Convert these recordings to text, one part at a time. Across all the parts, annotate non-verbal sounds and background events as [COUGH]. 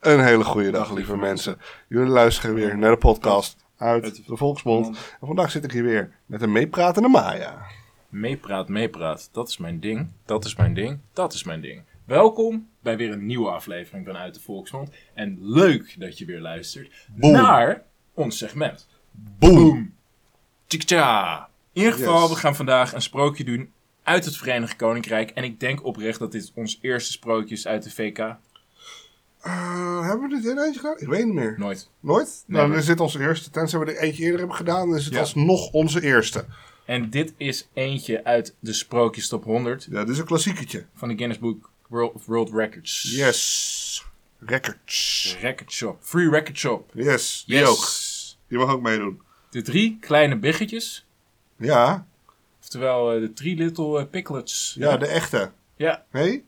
Een hele goede dag, lieve mensen. Jullie luisteren weer naar de podcast uit de Volksmond. En vandaag zit ik hier weer met een meepratende Maya. Meepraat, meepraat. Dat is mijn ding. Dat is mijn ding. Dat is mijn ding. Welkom bij weer een nieuwe aflevering van Uit de Volksmond. En leuk dat je weer luistert naar ons segment. Boom! Tja. In ieder geval, Yes. we gaan vandaag een sprookje doen uit het Verenigd Koninkrijk. En ik denk oprecht dat dit ons eerste sprookje is uit de VK. Eh, hebben we dit in eentje gedaan? Ik weet niet meer. Nooit. Nooit? Nee, nou, maar- dan is dit onze eerste. Tenzij we er eentje eerder hebben gedaan, dan is het Ja. alsnog onze eerste. En dit is eentje uit de sprookjes top 100 Ja, dit is een klassieketje. van de Guinness Book World, of World Records. Yes. Records. Record Shop. Free Record Shop. Yes. Die Yes. ook. Die mag ook meedoen. De drie kleine biggetjes. Ja. Oftewel eh, de Three Little eh, Picklets. Ja, de echte. Ja. Nee?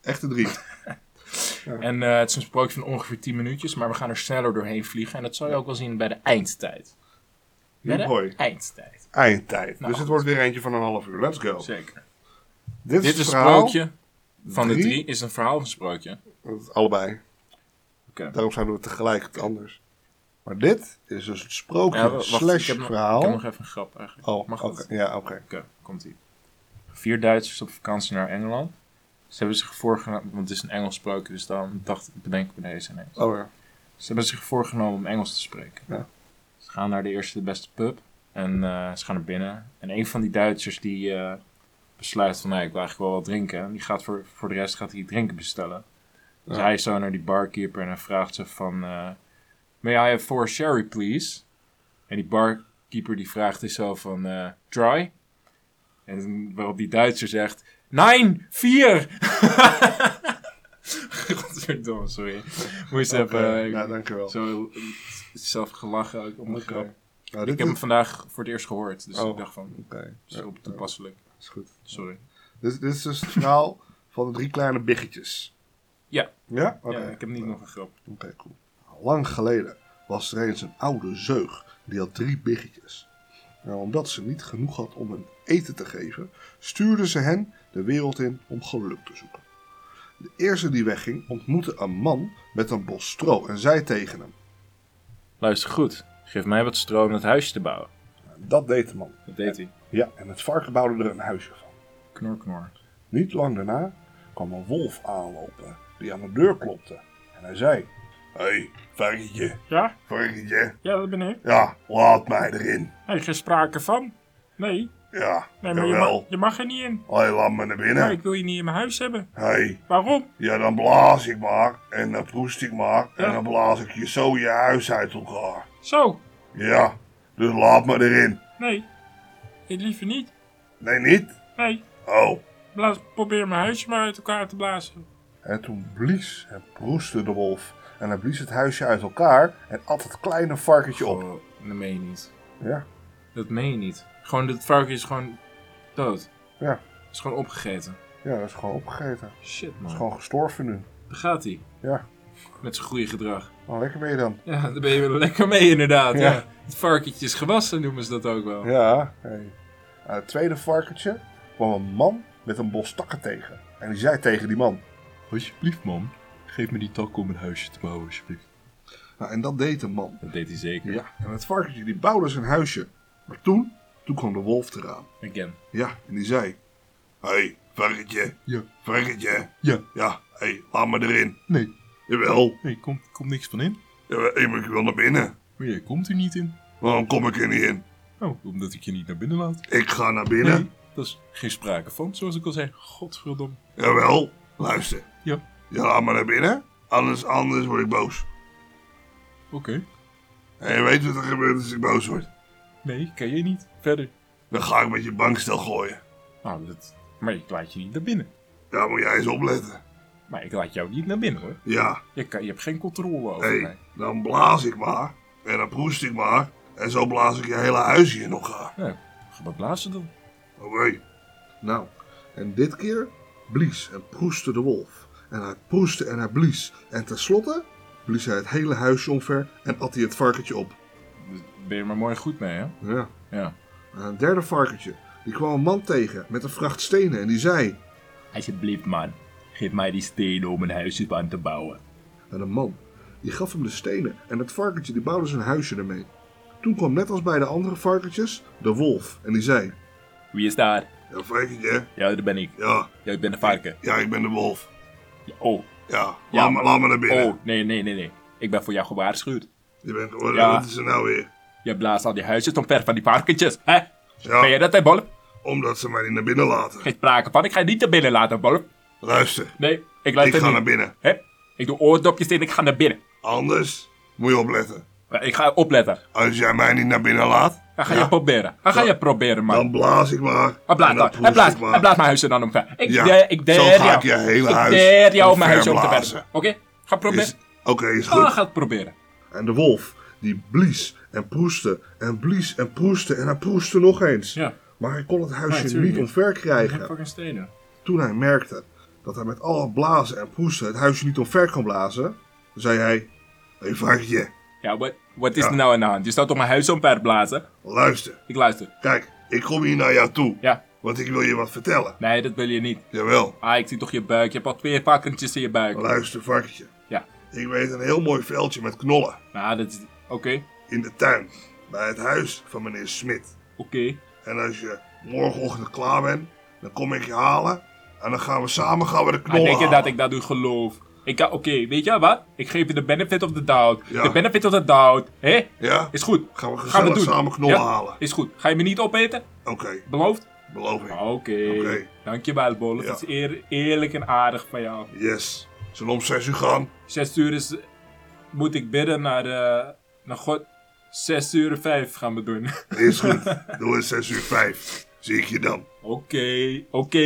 Echte [LAUGHS] drie. En eh, het is een sprookje van ongeveer 10 minuutjes, maar we gaan er sneller doorheen vliegen. En dat zal je ook wel zien bij de eindtijd. Bij de Hoi. eindtijd. Eindtijd. Nou. dus het wordt weer eentje van een half uur. Let's go. Zeker. Dit Dit is een Oh. verhaal. sprookje van de Drie? drie. Is een verhaal of een sprookje? Dat- Allebei. Oké. Daarom zijn we tegelijk het anders. Maar dit is dus het sprookje Ja, wacht, slash ik heb nog- verhaal. Ik heb nog even een grap eigenlijk. Oh, Mag oké. dat? Ja, oké. Oké, komt ie. Vier Duitsers op vakantie naar Engeland. Ze hebben zich voorgenomen, want het is een Engels sprookje, dus dan dacht ik, bedenk ik bij deze ineens. Oh ja. Ze hebben zich voorgenomen om Engels te spreken. Ja. Ze gaan naar de eerste de beste pub en eh, ze gaan naar binnen. En een van die Duitsers die eh, besluit van, nee, ik wil eigenlijk wel wat drinken. En die gaat voor, voor de rest gaat hij drinken bestellen. Dus Ja. hij is zo naar die barkeeper en hij vraagt ze van, eh, may I have four sherry please? En die barkeeper die vraagt is zo van, eh dry? En waarop die Duitser zegt, nein, vier! [LAUGHS] Godverdomme, sorry. Moest Oké, even... eh, nou, dankjewel. zo eh, zelf gelachen ook om de Oké. grap. Nou, dit Ik heb hem is... vandaag voor het eerst gehoord, dus Oh. ik dacht van, Oké, het is ja, op toepasselijk. is goed. Sorry. Dit, dit is dus het verhaal van de drie kleine biggetjes. Ja. Ja? Oké. Nou, Ja, ik heb niet nog een grap. Oké, cool. Nou, Lang geleden was er eens een oude zeug die had drie biggetjes. En omdat ze niet genoeg had om hun eten te geven, stuurde ze hen de wereld in om geluk te zoeken. De eerste die wegging ontmoette een man met een bos stro en zei tegen hem. Luister goed, geef mij wat stroom om het huisje te bouwen. "Nou, Dat deed de man. Dat deed hij. Ja, en het varken bouwde er een huisje van. Knor, knor. Niet lang daarna kwam een wolf aanlopen die aan de deur klopte. En hij zei: Hé, hey, varkentje, Ja? varkentje, Ja, dat ben ik. ja, laat mij erin. Nee, geen sprake van. Nee, Ja, nee maar je jawel. mag, je mag er niet in. Hé, laat me naar binnen. Maar ik wil je niet in mijn huis hebben. Hé, hey, Waarom? ja, dan blaas ik maar en dan proest ik maar en Ja. dan blaas ik je zo je huis uit elkaar. Zo. Ja, dus laat me erin. Nee. Ik liever niet. Nee, niet? Nee. Oh. Blaas, probeer mijn huisje maar uit elkaar te blazen. En toen blies en proestte de wolf. En hij blies het huisje uit elkaar en at het kleine varkentje op. dat meen je niet. Ja, Dat meen je niet. Gewoon, dat varken is gewoon dood. ja, Is gewoon opgegeten. ja, dat is gewoon opgegeten. Dat Shit, is man. gewoon gestorven nu. Daar gaat hij. Ja, Met zijn goede gedrag. nou lekker ben je dan. Ja, daar ben je wel lekker mee, inderdaad. Ja. Ja. Het varkentje is gewassen, noemen ze dat ook wel. Ja, hey. Aan het tweede varkentje kwam een man met een bos takken tegen. En die zei tegen die man. Alsjeblieft, man. Geef me die tak om een huisje te bouwen, alsjeblieft. Nou, en dat deed de man. Dat deed hij zeker. Ja, en het varkentje die bouwde zijn huisje. Maar toen, toen kwam de wolf eraan. Again. Ja, en die zei... Hé, hey, varkentje. Ja. Varkentje. Ja. Ja, hé, hey, laat me erin. Nee, Jawel. nee, komt komt niks van in. Jawel, Ik wil naar binnen. Maar jij komt er niet in. Waarom kom ik er niet in? Oh, Nou, omdat ik je niet naar binnen laat. Ik ga naar binnen. Nee, dat is geen sprake van, zoals ik al zei. Godverdomme. Jawel. Luister. Ja. Ja, laat me naar binnen. Anders, anders word ik boos. Oké. En je weet wat er gebeurt als ik boos word. Nee, kan jij niet. Verder. Dan ga ik met je bankstel gooien. Nou, dat... Maar ik laat je niet naar binnen. Daar moet jij eens opletten. Maar ik laat jou niet naar binnen, hoor. Ja, Je, kan, je hebt geen controle over hé. mij. dan blaas ik maar. En dan proest ik maar. En zo blaas ik je hele huisje in elkaar. Nou, ga maar blazen dan. Oké. Nou, en dit keer blies en proestte de wolf. En hij proestte en hij blies. En tenslotte blies hij het hele huisje omver en at hij het varkentje op. Dus ben je maar mooi goed mee, hè? Ja. Ja. En een derde varkentje. Die kwam een man tegen met een vracht stenen en die zei... Alsjeblieft, man. Geef mij die stenen om een huisje aan te bouwen. En de man die gaf hem de stenen en het varkentje die bouwde zijn huisje ermee. Toen kwam net als bij de andere varkentjes de wolf en die zei... Wie is daar? Ja, varkentje, Ja, dat ben ik. ja, Ja, ik ben de varken. ja, ik ben de wolf. Ja, oh, Ja, Ja, laat, me, laat me naar binnen. oh, nee, nee, nee, nee. Ik ben voor jou gewaarschuwd. Je bent geworden, Ja. wat is er nou weer? Je blaast al die huisjes omver van die varkentjes, hè? Ja. Ben jij dat, hè, Bolp? Omdat ze mij niet naar binnen laten. Geen sprake van. Ik ga je niet naar binnen laten, Bolp. Luister, Nee, ik ik luister ga niet. naar binnen. Hè? Ik doe oordopjes in, ik ga naar binnen. Anders moet je opletten. Maar Ik ga opletten. Als jij mij niet naar binnen laat, Dan ga je proberen. Dan ga je proberen, man. dan blaas ik maar. Hij blaast, En dan dan. proef hij blaast, ik maar. hij blaast mijn huis er dan omver. Ik, Ja, deer- ik deer zo ga jou. ik je hele ik huis deer jou om mijn huis op te verblazen. werpen. Oké? Ga proberen. Is- Oké, is Oh, goed. ga het proberen. En de wolf, die blies en proestte en blies en proestte en hij proestte nog eens. Ja. Maar hij kon het Ja, huisje tuurlijk niet niet. omver krijgen. fucking stenen. Toen hij merkte dat hij met al het blazen en proesten het huisje niet omver kon blazen, zei hij... Hé hey, varkentje, Ja, wat, wat is Ja. er nou aan de hand? Je staat op mijn huis omver blazen. luister. Ik luister. Kijk, ik kom hier naar jou toe. Ja. Want ik wil je wat vertellen. Nee, dat wil je niet. Jawel. Ah, ik zie toch je buik. Je hebt al twee varkentjes in je buik. Luister, varkentje. Ja. Ik weet een heel mooi veldje met knollen. Nou, dat is... Oké. In de tuin. Bij het huis van meneer Smit. Oké. En als je morgenochtend klaar bent, dan kom ik je halen. En dan gaan we samen gaan we de knollen Ah, denk je halen. dat ik dat nu geloof? Ik kan... Oké, weet je wat? Ik geef je de benefit of the doubt. Ja. De benefit of the doubt. Hé? Ja? Is goed. Gaan we gezellig doen. samen knollen Ja, halen. Is goed. Ga je me niet opeten? Oké, Beloofd? beloof ik. Oké. Oké. Dankjewel, Bolle. Ja. Het is eer- eerlijk en aardig van jou. Yes. Zullen we om zes uur gaan? Zes uur is... Moet ik bidden naar, eh, naar God? Zes uur en vijf gaan we doen. [LAUGHS] Oké. Is goed. Doe het zes uur vijf. Zie ik je dan. Oké,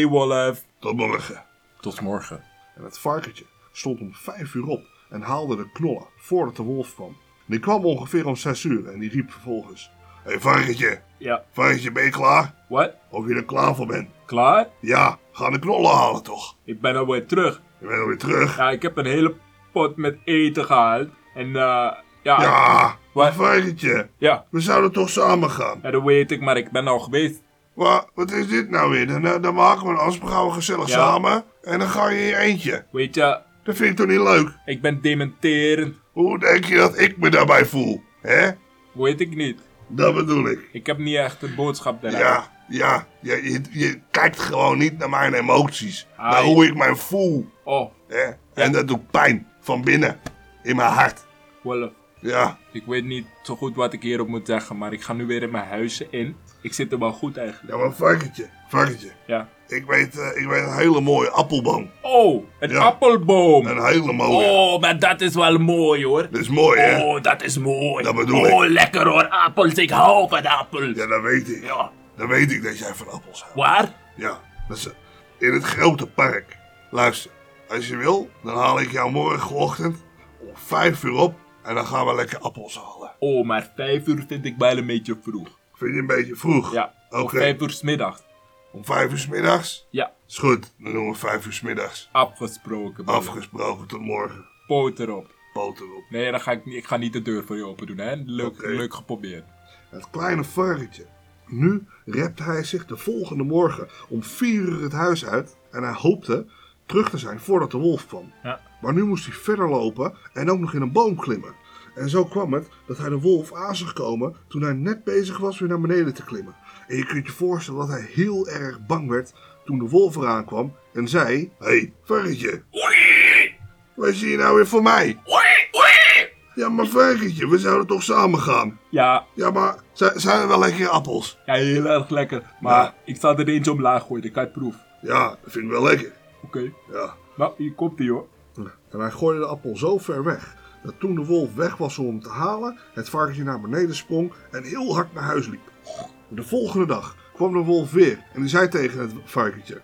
Wolf. Tot morgen. Tot morgen. En het varkentje stond om vijf uur op en haalde de knollen voordat de wolf kwam. Die kwam ongeveer om zes uur en die riep vervolgens... Hé hey, varkentje, Ja. varkentje ben je klaar? Wat? Of je er klaar voor bent? Klaar? Ja, ga de knollen halen toch? Ik ben alweer terug. Je bent alweer terug. Ja, ik heb een hele pot met eten gehaald. En eh, ja, ja. Ja, Wat? varkentje, ja. we zouden toch samen gaan? dat weet ik, maar ik ben al geweest. Wa- wat is dit nou weer? Dan, eh, dan maken we een afspraak, gaan we gezellig Ja. samen en dan ga je in je eentje. Weet je, Dat vind ik toch niet leuk? ik ben dementerend. Hoe denk je dat ik me daarbij voel? Hè? Weet ik niet. Dat bedoel ik. Ik heb niet echt een boodschap daaruit. Ja, ja. Je, je, je kijkt gewoon niet naar mijn emoties. Ah, naar ja. hoe ik mij voel. Oh, Hè? En dat doet pijn van binnen. In mijn hart. Wolf. Ja, Ik weet niet zo goed wat ik hierop moet zeggen, maar ik ga nu weer in mijn huisje in. Ik zit er wel goed eigenlijk. ja maar varkentje, varkentje. Ja. Ik weet, eh, ik weet een hele mooie appelboom. Oh, een Ja. appelboom. Een hele mooie. Oh, maar dat is wel mooi hoor. Dat is mooi, hè? Oh, dat is mooi. Dat bedoel ik. oh, lekker hoor. Appels, ik hou van appels. Ja, dat weet ik. ja. Dat weet ik dat jij van appels houdt. Waar? Ja, dat is in het grote park. Luister, als je wil, dan haal ik jou morgenochtend om vijf uur op. En dan gaan we lekker appels halen. Oh, maar vijf uur vind ik wel een beetje vroeg. Vind je een beetje vroeg? Ja, Oké. of vijf uur 's middags. Om vijf uur 's middags? Ja, Is goed, dan doen we vijf uur 's middags. afgesproken. man. Afgesproken tot morgen. Poot erop. Poot erop. Nee, dan ga ik, niet- ik ga niet de deur voor je open doen, hè. Leuk, Oké. leuk geprobeerd. Het kleine varkentje. Nu repte hij zich de volgende morgen om vier uur het huis uit. En hij hoopte terug te zijn voordat de wolf kwam. Ja. Maar nu moest hij verder lopen en ook nog in een boom klimmen. En zo kwam het dat hij de wolf aan zag komen toen hij net bezig was weer naar beneden te klimmen. En je kunt je voorstellen dat hij heel erg bang werd toen de wolf eraan kwam en zei... Hé, hey, varkentje, Oei, wat zie je nou weer voor mij? oei, oei. Ja, maar varkentje, we zouden toch samen gaan? Ja, Ja, maar zijn, zijn er wel lekkere appels? ja, heel erg lekker. Maar Ja. ik zal er eentje omlaag gooien, ik kan het proef. Ja, dat vind ik wel lekker. Oké, Ja. nou, hier komt ie hoor. En hij gooide de appel zo ver weg dat toen de wolf weg was om hem te halen, het varkentje naar beneden sprong en heel hard naar huis liep. De volgende dag kwam de wolf weer en die zei tegen het varkentje: Hé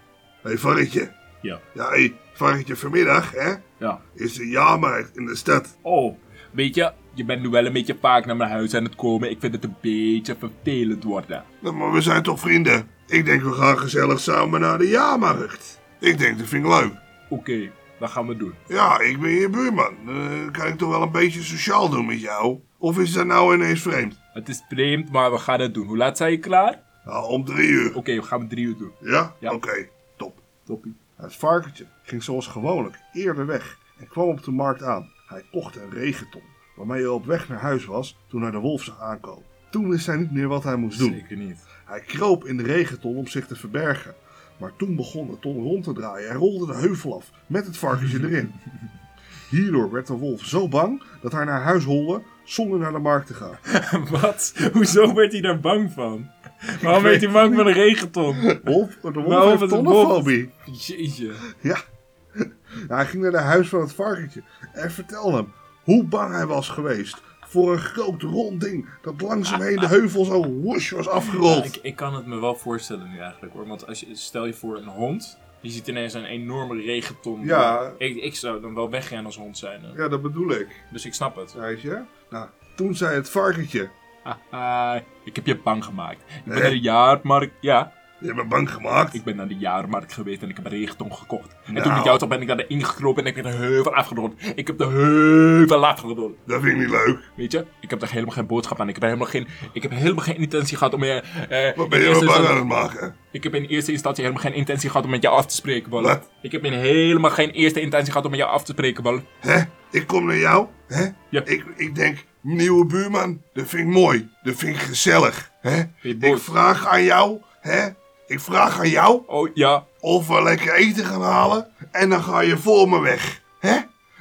hey, varkentje. Ja. Ja, hé, varkentje, vanmiddag, hè? Ja. Is de jaarmarkt in de stad. Oh, weet je, je bent nu wel een beetje vaak naar mijn huis aan het komen. Ik vind het een beetje vervelend worden. Nou, maar we zijn toch vrienden? Ik denk we gaan gezellig samen naar de jaarmarkt. Ik denk, dat vind ik leuk. Oké, dat gaan we doen. Ja, ik ben je buurman. Eh, kan ik toch wel een beetje sociaal doen met jou? Of is dat nou ineens vreemd? Het is vreemd, maar we gaan het doen. Hoe laat zijn je klaar? Nou, om drie uur. Oké, we gaan drie uur doen. Ja? Ja. Oké, top. Nou, Toppie. Het varkentje ging zoals gewoonlijk eerder weg en kwam op de markt aan. Hij kocht een regenton, waarmee hij op weg naar huis was toen hij de wolf zag aankomen. Toen wist hij niet meer wat hij moest doen. Zeker niet. [LAUGHS] Hij kroop in de regenton om zich te verbergen. Maar toen begon de ton rond te draaien en rolde de heuvel af met het [LAUGHS] varkentje erin. Hierdoor werd de wolf zo bang dat hij naar huis holde zonder naar de markt te gaan. Wat? Hoezo werd hij daar bang van? Waarom werd hij weet bang van een [LAUGHS] regenton? Wolf, de wolf Waarom heeft het een wolf? tonnenfobie. Jeetje. Ja. Ja, Hij ging naar de huis van het varkentje en vertelde hem hoe bang hij was geweest voor een groot rond ding dat langs hem heen de heuvel zo woesh was Ja, afgerold. ik, ik kan het me wel voorstellen nu eigenlijk hoor. Want als je, stel je voor een hond. Die ziet ineens een enorme regenton. Ja. Ik, ik zou dan wel weggaan als hond zijn. Ja, dat bedoel ik, Dus ik snap het. weet je. Nou, toen zei het varkentje, Haha, ah, ik heb je bang gemaakt. Ik ben Eh? naar de jaarmarkt. Ja, je hebt me bang gemaakt. ik ben naar de jaarmarkt geweest en ik heb een regenton gekocht. En Nou. toen ik jou zag ben ik daar ingekropen en ik heb de heuvel afgerond. Ik heb de heuvel afgerond. Dat vind ik niet leuk. Weet je, ik heb daar helemaal geen boodschap aan. Ik heb helemaal geen, ik heb helemaal geen intentie gehad om je. eh, Wat ben in je me eerste bang aan instantie- het maken? Ik heb in eerste instantie helemaal geen intentie gehad om met jou af te spreken, Bolle. Wat? Ik heb in helemaal geen eerste intentie gehad om met jou af te spreken, Bolle. Hè? Ik kom naar jou, hè? Ja. Ik, ik denk, nieuwe buurman, dat vind ik mooi. Dat vind ik gezellig, hè? je Ik boos? vraag aan jou, hè? Ik vraag aan jou Oh ja, of we lekker eten gaan halen en dan ga je voor me weg, hè?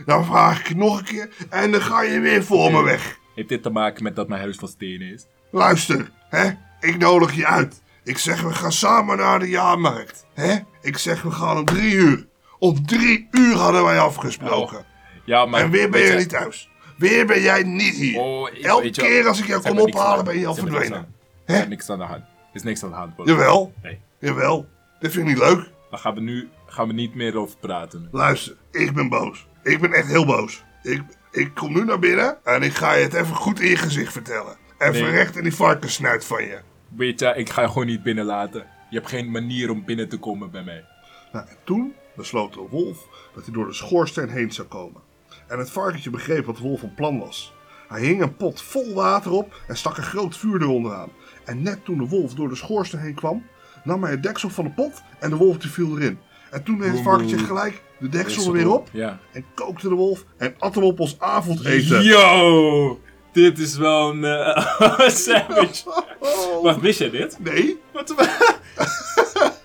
Dan vraag ik het nog een keer en dan ga je weer voor me weg. heeft dit te maken met dat mijn huis van stenen is? Luister, hè? Ik nodig je uit. Ik zeg, we gaan samen naar de jaarmarkt, hè? Ik zeg, we gaan om drie uur. Om drie uur hadden wij afgesproken. Ja, Oh, maar. en weer ben weet je niet thuis. Weer ben jij niet hier. Oh, ik- Elke weet je wel, keer als ik jou ze hebben kom niks ophalen aan- ben je al ze hebben niks verdwenen. Hè? aan- Er is niks aan de hand. Er is niks aan de hand, Bolle. Jawel, Nee. jawel. Dat vind ik niet leuk. Daar gaan we nu gaan we niet meer over praten. Luister, ik ben boos. Ik ben echt heel boos. Ik, ik kom nu naar binnen en ik ga je het even goed in je gezicht vertellen. Even Nee. recht in die varkensnuit van je. Weet je, ik ga je gewoon niet binnenlaten. Je hebt geen manier om binnen te komen bij mij. Nou, en toen besloot de wolf dat hij door de schoorsteen heen zou komen. En het varkentje begreep wat de wolf van plan was. Hij hing een pot vol water op en stak een groot vuur eronder aan. En net toen de wolf door de schoorsteen heen kwam, nam hij het deksel van de pot en de wolf die viel erin. En toen deed het Boem, varkentje boem. gelijk de deksel er weer op Ja. en kookte de wolf en at hem op ons avondeten. Yo! Dit is wel een eh, [LAUGHS] savage. Oh. Wat wist jij dit? Nee, Wat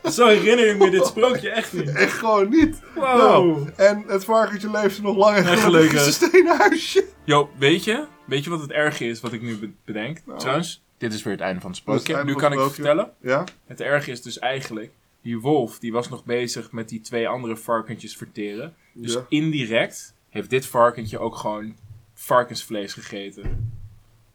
[LAUGHS] Zo herinner ik me dit sprookje echt niet. echt gewoon niet. Wow. Nou, en het varkentje leefde nog lang en Echt gelukkig in leuk, hè? zijn stenen huisje. Yo, weet je? Weet je wat het erge is wat ik nu be- bedenk? Nou. Trouwens, dit is weer het einde van het Dat is het sprookje. einde Nu van kan het ik je sprookje. vertellen. Ja, Het erge is dus eigenlijk, die wolf die was nog bezig met die twee andere varkentjes verteren. Dus Ja. indirect heeft dit varkentje ook gewoon varkensvlees gegeten.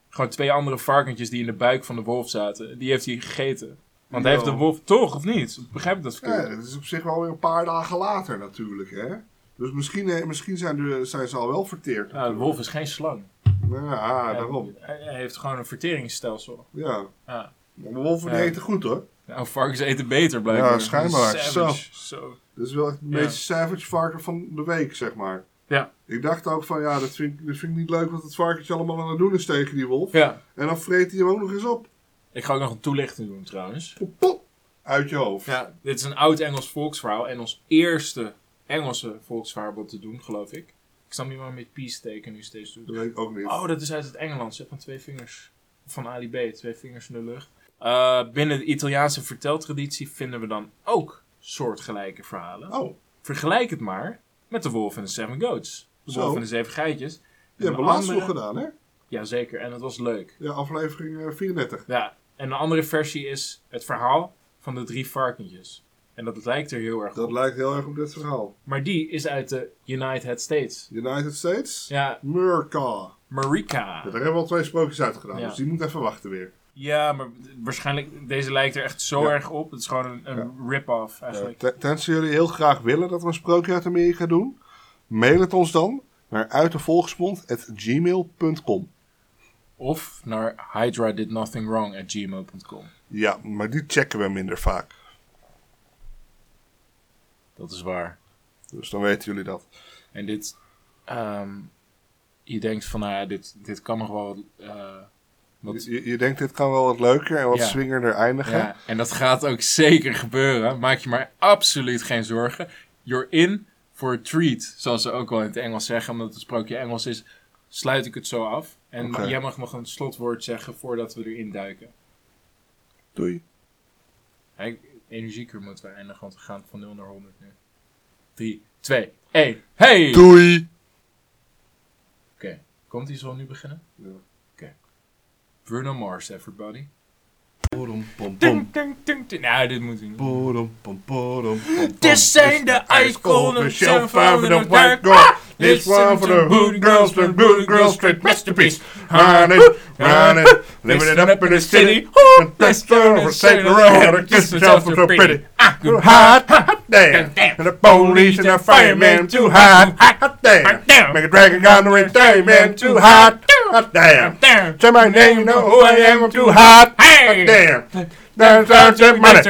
Gewoon twee andere varkentjes die in de buik van de wolf zaten, die heeft hij gegeten. Want hij Yo. heeft de wolf toch, of niet? Begrijp ik dat verkeerd? ja, dat is op zich wel weer een paar dagen later natuurlijk, hè. Dus misschien, eh, misschien zijn, de, zijn ze al wel verteerd. Nou, de wolf is geen slang. Nou Ja, daarom. Hij, hij heeft gewoon een verteringsstelsel. Ja. Ja. Maar de wolven die Ja. eten goed, hoor. Nou, varkens eten beter blijkbaar. Ja, schijnbaar. Savage. Zo. Dat is wel echt het Ja. meest savage varken van de week, zeg maar. Ja. Ik dacht ook van, ja, dat vind, ik- dat vind ik niet leuk wat het varkentje allemaal aan het doen is tegen die wolf. Ja. En dan vreet hij hem ook nog eens op. Ik ga ook nog een toelichting doen trouwens. Pop, pop. Uit je hoofd. Ja, dit is een oud Engels volksverhaal en ons eerste Engelse volksverhaal wat te doen, geloof ik. Ik snap niet waarom je het peace-teken nu steeds Dat doet. weet ik ook niet. Oh, dat is uit het Engelands, hè, van twee vingers. Van Ali B, twee vingers in de lucht. Eh, binnen de Italiaanse verteltraditie vinden we dan ook soortgelijke verhalen. Oh, Vergelijk het maar met de wolf en de zeven goats. De Zo. wolf en de zeven geitjes. En je hebt de het laatst andere- nog gedaan, hè? Jazeker, en dat was leuk. Ja, aflevering eh, 34. Ja, en een andere versie is het verhaal van de drie varkentjes. En dat lijkt er heel erg op. Dat lijkt heel erg op dit verhaal. Maar die is uit de United States. United States? Ja, Murka. Marika. Ja, daar hebben we al twee sprookjes uit gedaan, Ja. dus die moet even wachten weer. Ja, maar waarschijnlijk, deze lijkt er echt zo Ja. erg op. Het is gewoon een, een rip-off eigenlijk. Eh, Ten- Tenzij jullie heel graag willen dat we een sprookje uit Amerika doen, mail het ons dan naar uitdevolksmond.gmail.com. Of naar Hydra did nothing wrong at gmail.com. Ja, maar die checken we minder vaak. Dat is waar. Dus dan weten jullie dat. En dit, ehm, je denkt van, nou ja, dit, dit kan nog wel wat, eh, wat Je, je denkt, dit kan wel wat leuker en wat Ja. swingerder eindigen. Ja, en dat gaat ook zeker gebeuren. Maak je maar absoluut geen zorgen. You're in voor een treat, zoals ze ook wel in het Engels zeggen, omdat het sprookje Engels is, sluit ik het zo af. En ma- Oké. jij mag nog een slotwoord zeggen voordat we erin duiken. Doei. Hey, energieker moeten we eindigen, want we gaan van 0 naar 100 nu. 3, 2, 1. Hey! Oké, Doei. komt die zo nu beginnen? Ja. Oké. Bruno Mars, everybody. Borom, pom, Ding, pom. ding, ding, ding. Nou, dit moet u niet. Borom, pom, borom, pom, pom. Dit zijn de ijskolen, zijn van de werk. This one for the hood girls, the booty girls, straight masterpiece. Run Honey, it, run it, living it up in the city. And that's the forsake the road, and kiss yourself so pretty. Ah, good hot, hot damn. And the police and the firemen, too hot, hot damn. Make a dragon gun or a diamond, too hot, hot damn. Say my name, know who I am, I'm too hot, hot damn. Dance out your money.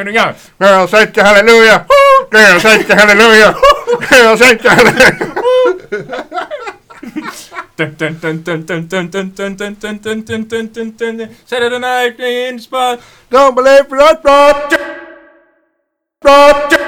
Girl, say your hallelujah. Girl, say your hallelujah. Girl, say your hallelujah. Saturday night in the spot. Don't believe what brought you. Brought you.